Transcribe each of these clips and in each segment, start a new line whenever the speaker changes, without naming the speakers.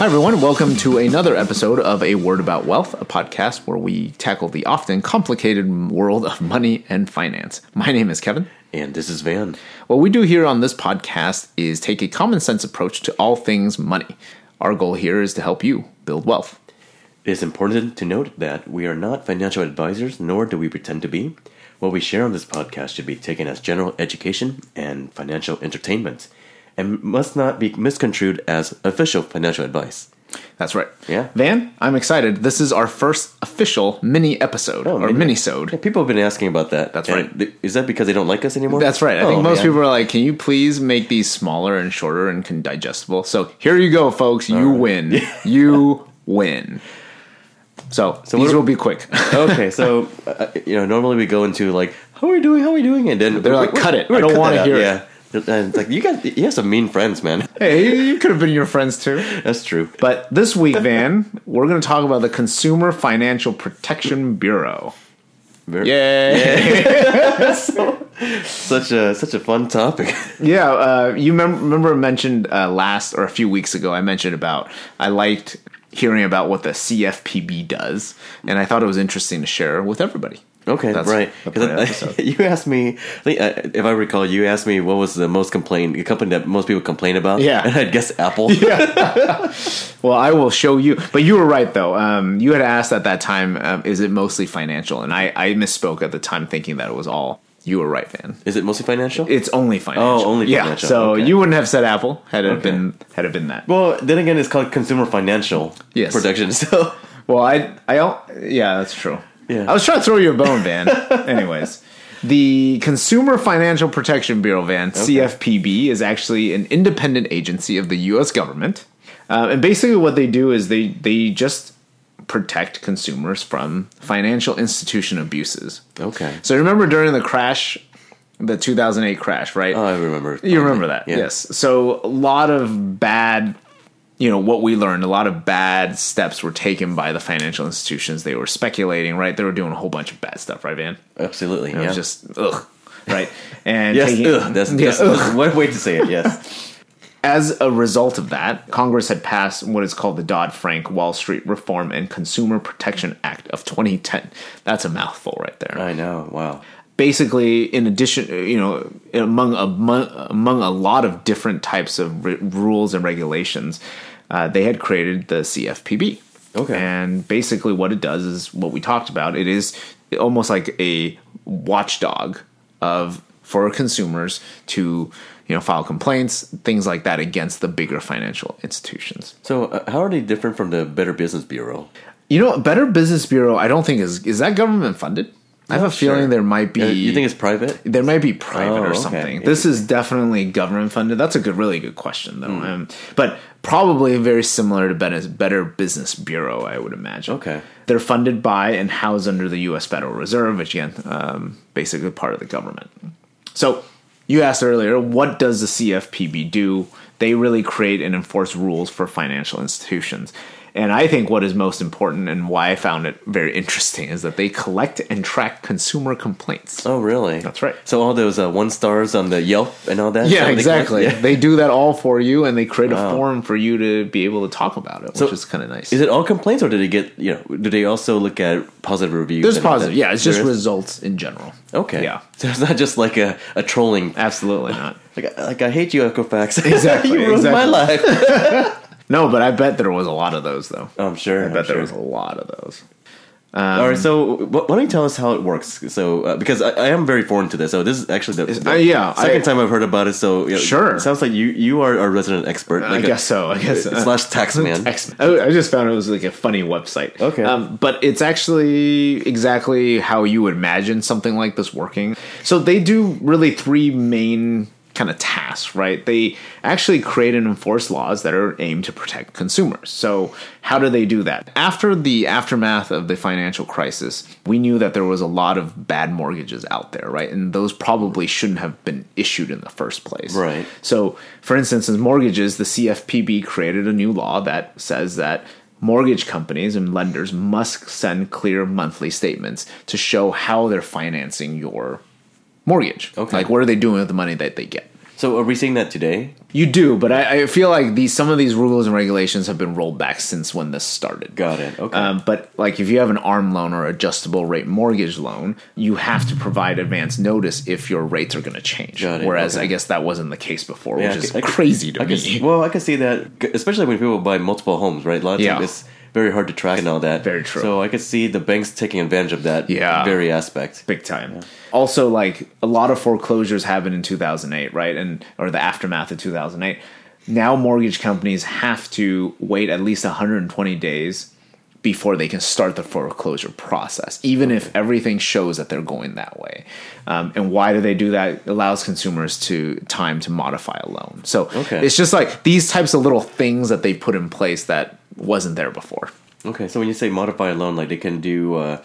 everyone. Welcome to another episode of A Word About Wealth, a podcast where we tackle the often complicated world of money and finance. My name is Kevin.
And this is Van.
What we do here on this podcast is take a common sense approach to all things money. Our goal here is to help you build wealth.
It is important to note that we are not financial advisors, nor do we pretend to be. What we share on this podcast should be taken as general education and financial entertainment, and must not be misconstrued as official financial advice.
That's right.
Yeah.
Van, I'm excited. This is our first official mini episode or
maybe-
minisode.
Yeah, people have been asking about that.
That's
And
right.
th- is that because they don't like us anymore?
That's right. I
Oh,
think most
man.
people are like, "Can you please make these smaller and shorter and can digestible?" So here you go, folks. You win. you win. So, these
what-
will be quick.
okay, so uh, you know, normally we go into like, how are we doing? How are we doing? And then
They're like,
we-
"Cut it.
we-
I don't
cut
wanna
that out,
hear it."
Yeah, and it's like you got you have some mean friends, man.
hey, you could have been your friends too.
That's true.
But this week, Van, we're going to talk about the Consumer Financial Protection Bureau.
Very-
Yay!
such a such a fun topic.
Yeah, uh, you mem- remember I mentioned uh, last or a few weeks ago. I mentioned about I liked hearing about what the CFPB does, and I thought it was interesting to share with everybody.
Okay,
That's
right.
the
'Cause
point
I-
of the
you asked me, I think, uh, if I recall, you asked me what was the most complained, the company that most people complain about.
Yeah.
and I'd guess Apple.
Well, I will show you. But you were right though. Um, you had asked at that time, um, is it mostly financial? And I, I misspoke at the time, thinking that it was all. You were right, Van.
Is it mostly financial?
It's only financial.
Oh, only
yeah.
financial.
So
Okay.
you wouldn't have said Apple had it been had it been that.
well, then again, it's called consumer financial
Yes.
protection. So
Well, I, I don't. Yeah, that's true.
Yeah.
I was trying to throw you a bone, Van. Anyways, the Consumer Financial Protection Bureau, Van CFPB, is actually an independent agency of the U.S. government, uh, and basically what they do is they they just protect consumers from financial institution abuses.
okay,
So remember during the crash, the 2008 crash, right?
oh, I remember.
You remember that,
Yeah.
yes. So a lot of bad, you know, what we learned, a lot of bad steps were taken by the financial institutions. They were speculating, right? They were doing a whole bunch of bad stuff, right, Van?
Absolutely.
It
Yeah.
was just ugh, right? And
yes.
taking-
Ugh, that's,
Yeah,
that's,
ugh.
that's one way to say it. Yes.
As a result of that, Congress had passed what is called the Dodd Frank Wall Street Reform and Consumer Protection Act of 2010. That's a mouthful, right there.
I know. Wow.
basically in addition you know among among, among a lot of different types of r- rules and regulations uh, they had created the cfpb
Okay.
and basically what it does is what we talked about it is almost like a watchdog of for consumers to you know file complaints things like that against the bigger financial institutions
So, uh, how are they different from the Better Business Bureau?
you know better business bureau i don't think is is that government funded i have a feeling
sure.
there might be
Uh, You think it's private?
there might be private or
Oh, okay.
something. This is definitely government funded. That's a good, really good question, though.
Hmm.
Um, but probably very similar to Better, Better Business Bureau, I would imagine.
Okay.
They're funded by and housed under the U.S. Federal Reserve, which again, um, basically part of the government. So you asked earlier, what does the CFPB do? They really create and enforce rules for financial institutions. And I think what is most important and why I found it very interesting is that they collect and track consumer complaints.
Oh, really?
That's right.
So all those uh, one stars on the Yelp and all that. is that
Yeah,
what they call it?
exactly.
Yeah.
They do that all for you, and they create a forum for you to be able to talk about it, which is kind of nice.
Is it all complaints, or did it get you know? Do they also look at positive reviews?
There's
and all
positive,
that?
yeah. It's just
There is?
results in general.
okay.
yeah,
so it's not just like a, a trolling.
absolutely not.
Like, I- like I hate you, Equifax.
Exactly,
you ruined my life.
No, but I bet there was a lot of those though. Oh,
I'm sure.
I bet Um, there was a lot of those.
all right, so wh- why don't you tell us how it works? So uh, because I, I am very foreign to this, so this is actually the, the
uh, yeah,
second
I-
time I've heard about it. So you know,
Sure.
it sounds like you you are a resident expert.
I
like a-
guess so. I guess uh,
slash tax man.
X- I I just found it was like a funny website.
Okay.
Um, but it's actually exactly how you would imagine something like this working. So they do really three main kind of tasks, right? They actually create and enforce laws that are aimed to protect consumers. So how do they do that? After the aftermath of the financial crisis, we knew that there was a lot of bad mortgages out there, right? And those probably shouldn't have been issued in the first place.
Right.
So, for instance, in mortgages, the CFPB created a new law that says that mortgage companies and lenders must send clear monthly statements to show how they're financing your mortgage.
Okay.
Like, what are they doing with the money that they get?
So are we seeing that today?
You do, but I, I feel like these some of these rules and regulations have been rolled back since when this started.
Got it. Okay.
Um, but like if you have an arm loan or adjustable rate mortgage loan, you have to provide advance notice if your rates are going to change.
Got it,
Whereas
okay.
I guess that wasn't the case before,
Yeah,
which
I
is
c- I c-
crazy to
I
me.
can, s- well, I can see that, g- especially when people buy multiple homes, right? A lot of
Yeah.
times it's very hard to track and all that.
Very true.
So I could see the banks taking advantage of that
Yeah.
very aspect.
big time. Also, like a lot of foreclosures happened in 2008, right? And or the aftermath of 2008. Now, mortgage companies have to wait at least 120 days before they can start the foreclosure process, even if everything shows that they're going that way. Um, and why do they do that? It allows consumers to time to modify a loan. So
Okay.
it's just like these types of little things that they put in place that wasn't there before.
Okay, so when you say modify a loan, like they can do. Uh,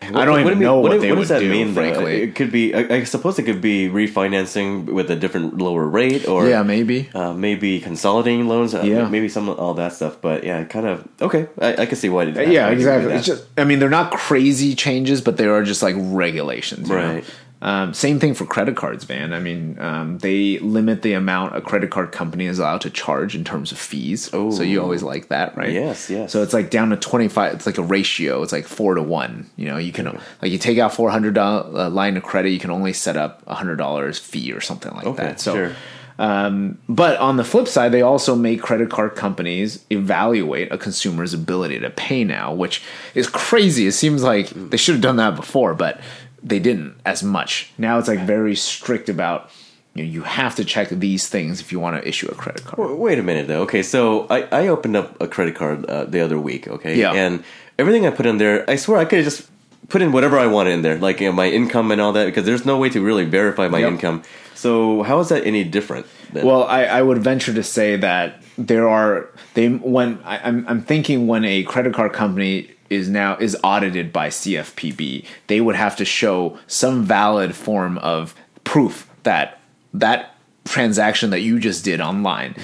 I don't even know what they would do,
though?
frankly.
It could be. I, I suppose it could be refinancing with a different lower rate, or
Yeah, maybe.
uh, maybe consolidating loans. Uh,
Yeah.
maybe some all that stuff. But yeah, kind of okay. I, I can see why. It
Uh, yeah, exactly. It's just, I mean, they're not crazy changes, but they are just like regulations. you know?
Right.
Um, same thing for credit cards, man. I mean, um, they limit the amount a credit card company is allowed to charge in terms of fees. So you always like that, right?
Yes, yes.
So it's like down to 25. It's like a ratio. It's like four to one. You know, you can, like, you take out $400 uh, line of credit, you can only set up $100 fee or something like
Okay,
that. So,
sure.
but on the flip side, they also make credit card companies evaluate a consumer's ability to pay now, which is crazy. It seems like they should have done that before, but they didn't as much. Now it's like very strict about you know, you have to check these things if you want to issue a credit card.
Wait a minute, though. Okay, so I, I opened up a credit card uh, the other week, okay?
Yeah.
And everything I put in there, I swear I could have just put in whatever I wanted in there, like you know, my income and all that, because there's no way to really verify my
Yep.
income. So how is that any different? Than,
Well, I, I would venture to say that there are they when I, I'm I'm thinking when a credit card company is now is audited by CFPB, they would have to show some valid form of proof that that transaction that you just did online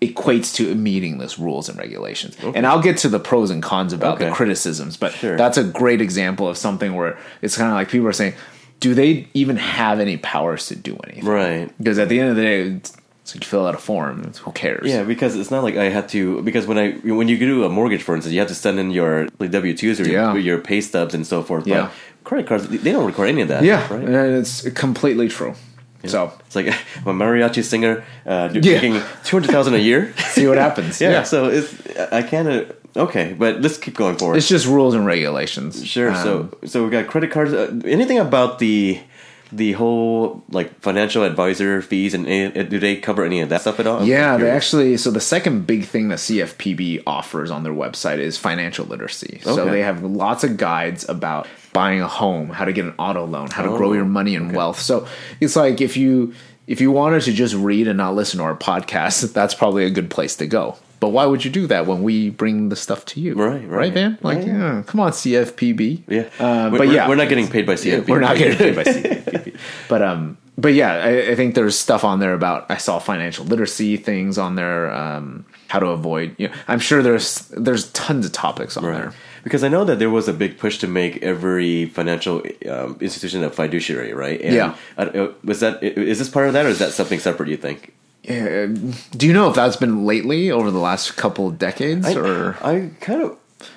equates to meeting this rules and regulations. And I'll get to the pros and cons about the
Okay.
criticisms, but
Sure.
that's a great example of something where it's kind of like people are saying, do they even have any powers to do anything?
right.
Because at the end of the day, it's it's like you fill out a form. It's, who cares?
Yeah, because it's not like I had to. Because when I when you do a mortgage, for instance, you have to send in your W twos or
Yeah.
your, your pay stubs and so forth.
Yeah.
But credit cards, they don't require any of that.
yeah,
right?
and it's completely true. So
It's like I'm a mariachi singer, uh,
Yeah.
making two hundred thousand a year.
see what happens.
yeah, So it's I kind of okay, but let's keep going forward.
it's just rules and regulations.
sure.
Um,
so so we got credit cards. Uh, anything about the the whole like financial advisor fees and uh, do they cover any of that stuff at all? I'm
yeah, they
curious.
actually. So the second big thing that CFPB offers on their website is financial literacy. So
Okay.
they have lots of guides about buying a home, how to get an auto loan, how to
Oh,
grow your money and wealth. So it's like if you if you wanted to just read and not listen to our podcast, that's probably a good place to go. But why would you do that when we bring the stuff to you?
Right, right.
right, man. Like,
Yeah, yeah.
yeah, come on, CFPB.
Yeah,
Uh,
We're-
but
we're-
yeah,
we're not getting paid by CFP.
we're not getting paid by CFPB. But um, but yeah, I, I think there's stuff on there about I saw financial literacy things on there, um, how to avoid. You know, I'm sure there's there's tons of topics on there.
Because I know that there was a big push to make every financial um, institution a fiduciary, right? And
Yeah.
I, uh, was that i- is this part of that, or is that something separate? You think?
Yeah, um, do you know if that's been lately over the last couple of decades,
I,
or
I kind of.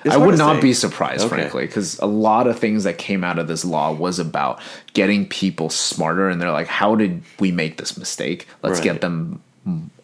it's
I
hard
would
to
not
say.
be surprised,
Okay.
frankly, because a lot of things that came out of this law was about getting people smarter, and they're like, "How did we make this mistake? Let's
Right.
get them."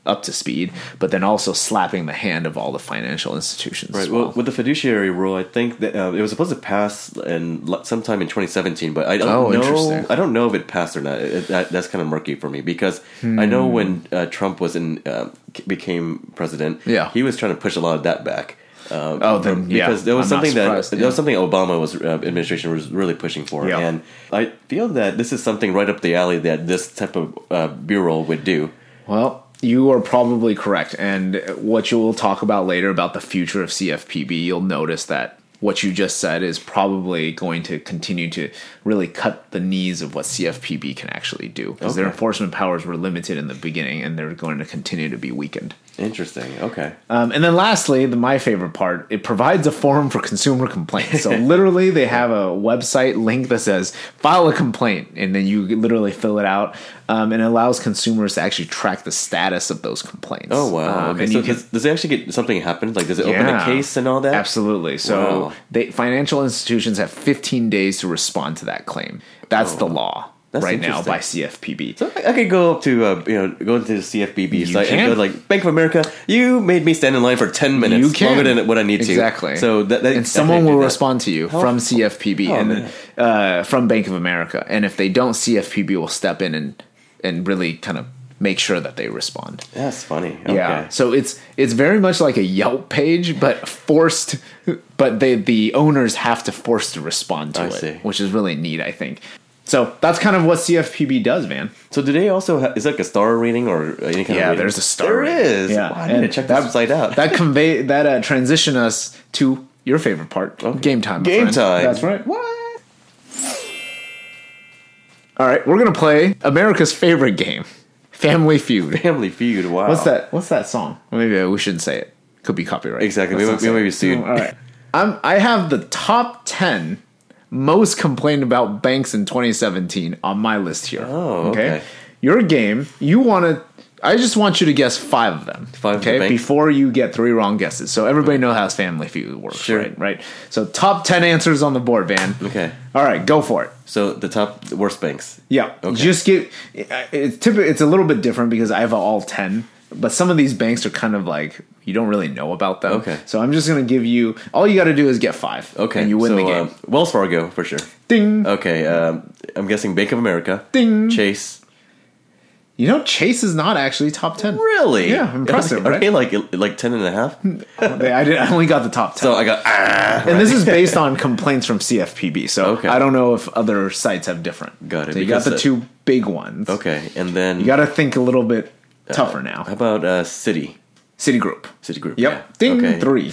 Up to speed, but then also slapping the hand of all the financial institutions. as
Right. Well, with the fiduciary rule, I think that uh, it was supposed to pass in l- sometime in 2017, but I don't
Oh,
know.
interesting.
I don't know if it passed or not. It- it- that, that's kind of murky for me because I know
Hmm.
when uh, Trump was in uh, c- became president,
Yeah.
he was trying to push a lot of that back. Um,
Oh, then, yeah.
because there was
I'm not
something that
surprised,
there
yeah.
was something Obama was uh, administration was really pushing for,
Yeah.
and I feel that this is something right up the alley that this type of uh, bureau would do.
Well, you are probably correct. And what you will talk about later about the future of CFPB, you'll notice that what you just said is probably going to continue to really cut the knees of what CFPB can actually do because their
Okay.
enforcement powers were limited in the beginning and they're going to continue to be weakened.
Interesting. Okay.
Um, and then lastly, the my favorite part, it provides a forum for consumer complaints. So literally, they have a website link that says file a complaint, and then you literally fill it out, um, and it allows consumers to actually track the status of those complaints.
Oh
Um,
wow. okay.
and
So
you can
does, does it actually get something happen? Like does it open a
Yeah.
case and all that?
Absolutely. So
Wow.
they, financial institutions have 15 days to respond to that claim. That's the law
Oh, That's
right now by
interesting.
CFPB.
So I I could go up to uh, you know go into the CFPB site
can.
and go like Bank of America. You made me stand in line for ten minutes
You can.
longer than what I need to.
Exactly.
So that, that
and someone will
do that.
respond to you from CFPB
Oh,
and
man.
uh, from Bank of America. And if they don't, CFPB will step in and and really kind of make sure that they respond.
That's funny. Okay.
Yeah. So it's it's very much like a Yelp page, but forced. But they the owners have to force to respond to
I
it,
see.
which is really neat, I think. So that's kind of what CFPB does, man.
So do they also ha- is that like a star rating or any kind of
Yeah,
rating?
there's a star.
There
rating.
is. Wow, I need
and
to check that, site out.
that convey that uh, transition us to your favorite part, game time. my
Game
friend.
time.
That's right.
What?
All right, we're gonna play America's favorite game, Family Feud.
Family Feud. Wow.
What's that? What's that song? Well, maybe we shouldn't say it. Could be copyright.
Exactly. We
Let's
might-
not
we
say it.
might be sued.
No, all right. I'm. I have the top ten most complained about banks in 2017 on my list here.
Oh, okay.
Your game. You want to. I just want you to guess five of them.
Five of the
Okay.
banks?
Before you get three wrong guesses, so everybody knows how Family Feud works,
Sure.
right? Right. So top ten answers on the board, man.
Okay.
All right, go for it.
So the top the worst banks.
Yeah.
Okay.
Just get it's typically it's a little bit different because I have all 10, but some of these banks are kind of like you don't really know about them.
Okay.
So I'm just going to give you all you got to do is get 5.
Okay.
And you win
so,
the game.
um, Wells Fargo for sure.
Ding.
Okay. Um, I'm guessing Bank of America.
Ding.
Chase.
you know Chase is not actually top 10.
Really?
Yeah, impressive,
Are
right?
they like like ten and a half?
They- I, did, I only got the top 10.
So I got ah,
and this is based on complaints from CFPB. So
Okay.
I don't know if other sites have different.
Got it,
So you got
because
the
the-
two big ones.
okay, and then
You got to think a little bit tougher now.
how about uh, City
Citigroup.
Citigroup?
Yep.
yeah.
Ding
Okay.
3.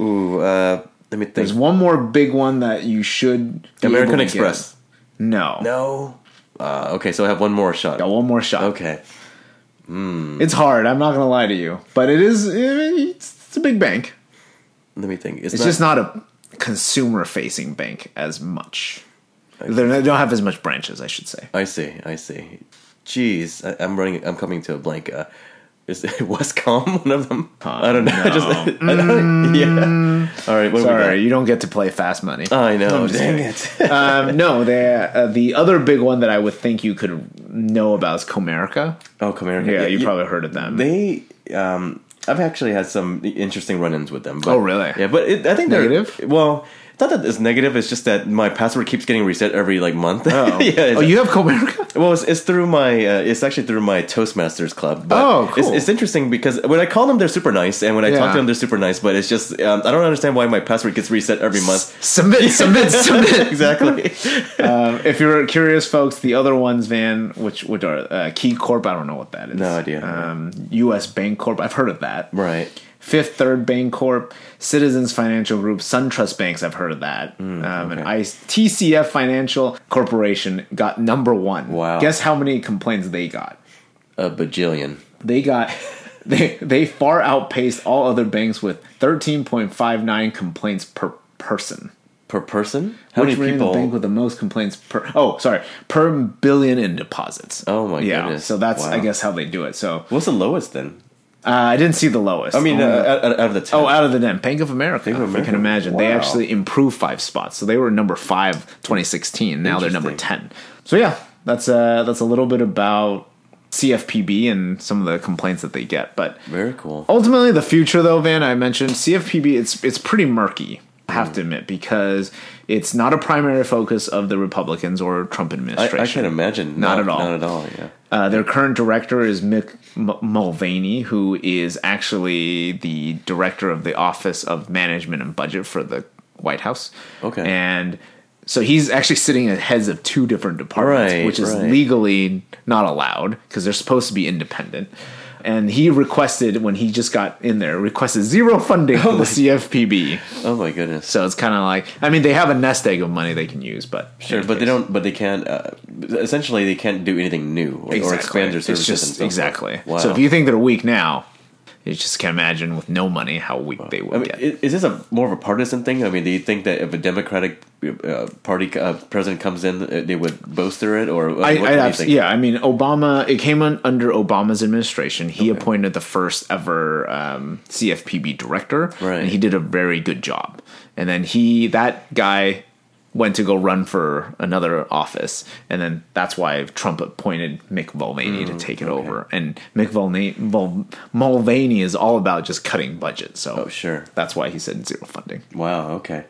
Ooh, uh, let me think.
There's one more big one that you should. be
American
able to
Express.
get. No.
No. Uh, okay, so I have one more shot.
Got one more shot.
Okay.
It's hard. I'm not gonna lie to you, but it is. It's, it's a big bank.
Let me think.
It's just not a consumer-facing bank as much. They're not- They don't have as much branches, I should say.
I see. I see. Jeez, I, I'm running. I'm coming to a blank. Uh, is Westcom one of them?
Oh,
I don't know. I just, I don't- yeah. All right. What do
mm. Sorry, Oh, you don't get to play fast money.
We got? I know.
I'm just
Dang
kidding.
it.
um, no, they, uh, the other big one that I would think you could know about is Comerica.
Oh, Comerica.
Yeah, you
y-
probably heard of them.
They, um, I've actually had some interesting run-ins with them. But,
Oh, really?
Yeah, but it, I think they're
Negative?
Well, not that it's negative. It's just that my password keeps getting reset every like month. Oh, yeah. it's-
oh, you have Comerica?
Well, it's, it's through my. Uh, it's actually through my Toastmasters club. But
Oh, cool.
It's, it's interesting because when I call them, they're super nice, and when I talk
Yeah.
to them, they're super nice. But it's just um, I don't understand why my password gets reset every month.
Submit, submit, submit.
exactly.
Um, if you're curious, folks, the other ones, Van, which which are uh, Key Corp, I don't know what that is.
No idea.
Um, U.S. Bank Corp, I've heard of that.
right.
Fifth Third Bank Corp, Citizens Financial Group, SunTrust Banks, I've heard of that.
Hmm,
um, And I, TCF Financial Corporation got number one.
Wow.
Guess how many complaints they got?
A bajillion.
They got. They, they far outpaced all other banks with 13.59 complaints per person.
Per person? How
Which
many
ran the bank
people?
with the most complaints per? Oh, sorry, per billion in deposits.
Oh my goodness.
So that's
Wow.
I guess how they do it. So
What's the lowest then?
uh, I didn't see the lowest.
I mean, uh, out, out of the ten.
oh, out of the den, Bank of America.
of
if you can
America.
imagine they
Wow.
actually improved five spots. So they were number five 2016. Now they're number ten. So yeah, that's uh that's a little bit about CFPB and some of the complaints that they get. But
very cool.
ultimately the future though van i mentioned cfpb it's it's pretty murky i have to admit because it's not a primary focus of the republicans or trump
I, I
administration
can imagine.
Not at all.
Not at all. Yeah.
uh, their current director is mick M- mulvaney who is actually the director of the office of management and budget for the white house
Okay.
and so he's actually sitting at heads of two different departments
Right,
which is
right.
legally not allowed because they're supposed to be independent and he requested when he just got in there requested zero funding for the CFPB.
Oh my goodness.
So it's kind of like I mean they have a nest egg of money they can use, but
Sure, but they don't. But they can't. Uh, essentially, they can't do anything new or, or expand their
It's
services.
just-
and so forth.
exactly.
Wow.
So if you think they're weak now, you just can imagine with no money how weak they would
I mean,
get.
i- is this a more of a partisan thing? I mean, do you think that if a Democratic uh, Party uh, president comes in, uh, they would bolster it, or uh,
I,
what
I
do you
abs-
think?
yeah, I mean, Obama. It came on under Obama's administration. He appointed the first ever um, CFPB director,
Right.
and he did a very good job. And then he, that guy, went to go run for another office, and then that's why Trump appointed Mick Mulvaney
Mm,
to take it over. And Mick Mulvaney, Mul- Mulvaney is all about just cutting budget. So
Oh, sure.
that's why he said zero funding.
Wow. Okay.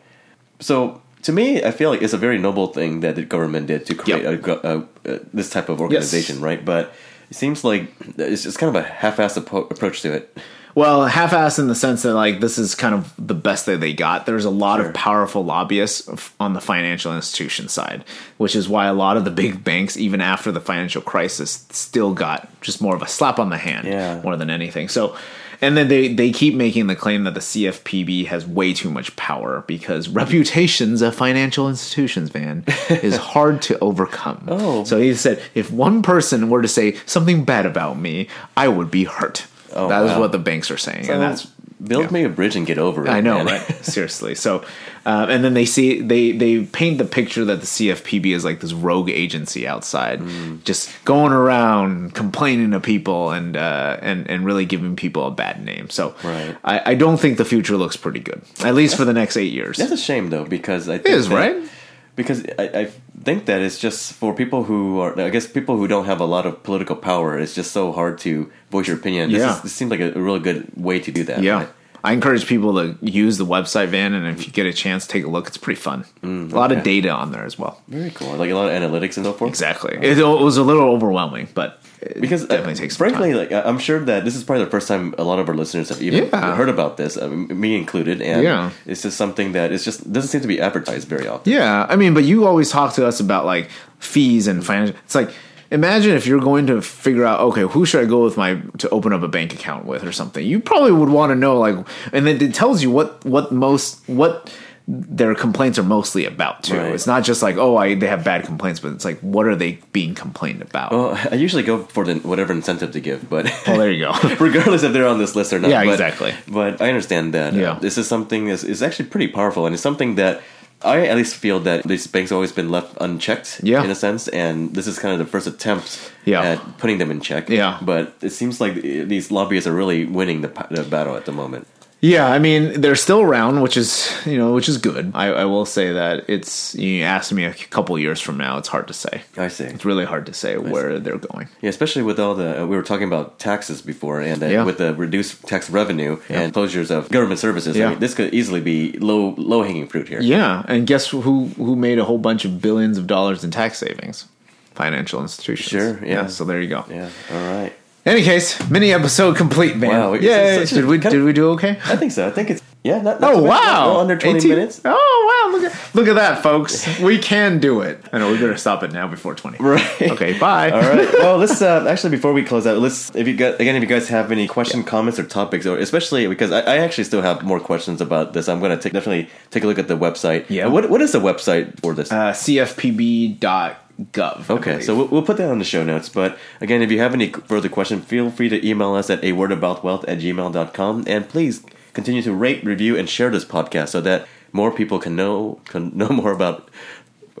So to me, I feel like it's a very noble thing that the government did to create
Yep.
a, go- a, a, this type of organization, right? But it seems like it's just kind of a half-assed appro- approach to it.
Well, half-assed in the sense that like this is kind of the best that they got. There's a lot of powerful lobbyists f- on the financial institution side, which is why a lot of the big banks, even after the financial crisis, still got just more of a slap on the hand
Yeah.
more than anything. So, and then they they keep making the claim that the CFPB has way too much power because reputations of financial institutions, man, is hard to overcome.
Oh.
so he said if one person were to say something bad about me, I would be hurt.
Oh,
that is
wow.
what the banks are saying, and that's
build
yeah.
me a bridge and get over it.
I know,
man.
right? Seriously. So, uh, and then they see they they paint the picture that the CFPB is like this rogue agency outside,
Mm.
just going around complaining to people and uh, and and really giving people a bad name. So,
Right.
I, I don't think the future looks pretty good, at least for the next eight years.
That's a shame though, because I think
is,
that-
right?
Because I, I think that it's just for people who are, I guess, people who don't have a lot of political power. It's just so hard to voice your opinion. This,
Yeah.
is- this seems like a, a really good way to do that.
Yeah. I encourage people to use the website, Van, and if you get a chance, take a look. It's pretty fun.
Mm,
a lot of data on there as well.
very cool. Like a lot of analytics and so forth.
Exactly. It, it was a little overwhelming, but it
Because uh,
definitely takes. some
frankly,
time.
like I- I'm sure that this is probably the first time a lot of our listeners have even
Yeah.
heard about this, I mean, me included, and
Yeah.
it's just something that it's just doesn't seem to be advertised very often.
Yeah, I mean, but you always talk to us about like fees and financial. It's like imagine if you're going to figure out okay, who should I go with my to open up a bank account with or something. You probably would want to know like, and then it tells you what what most what their complaints are mostly about too.
Right.
It's not just like oh, I they have bad complaints, but it's like what are they being complained about? Oh,
Well, I usually go for the whatever incentive to give, but
there you go.
regardless if they're on this list or not.
Yeah,
but,
exactly.
But I understand that uh,
Yeah.
this is something that's is actually pretty powerful, and it's something that I at least feel that these banks have always been left unchecked,
Yeah.
in a sense, and this is kind of the first attempt
Yeah.
at putting them in check.
Yeah.
but it seems like these lobbyists are really winning the, pa- the battle at the moment.
Yeah, I mean they're still around, which is you know which is good. I, I will say that it's you ask me a couple years from now, it's hard to say.
I see.
It's really hard to say where they're going.
Yeah, especially with all the uh, we were talking about taxes before, and uh,
Yeah.
with the reduced tax revenue and closures of government services. I
Yeah.
mean, this could easily be low low hanging fruit here.
Yeah, and guess who who made a whole bunch of billions of dollars in tax savings? Financial institutions.
Sure, yeah.
so there you go.
Yeah. All right.
Any case, mini episode complete, man.
Wow, it's
Yay!
such a-
Did we
kinda-
did we do okay?
I think so. I think it's yeah. Not, not
Oh
too bad.
wow!
Well, under twenty
18
minutes.
Oh wow! Look at look at that, folks. we can do it. I know we better stop it now before twenty.
Right.
Okay. Bye.
All right. Well, let's uh, actually before we close out, let's if you got again if you guys have any questions, comments, or topics, or especially because I, I actually still have more questions about this. I'm gonna take, definitely take a look at the website.
Yeah.
What what is the website for this?
Uh, CFPB.gov. I
Okay,
believe.
so we'll, we'll put that on the show notes. But again, if you have any further question, feel free to email us at a word about wealth at gmail.com. And please continue to rate, review, and share this podcast so that more people can know can know more about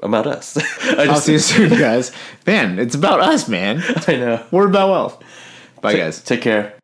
about us. I
I'll
just-
see you soon, guys. Man, it's about us, man.
I know.
We're about wealth. Bye, guys.
Take care.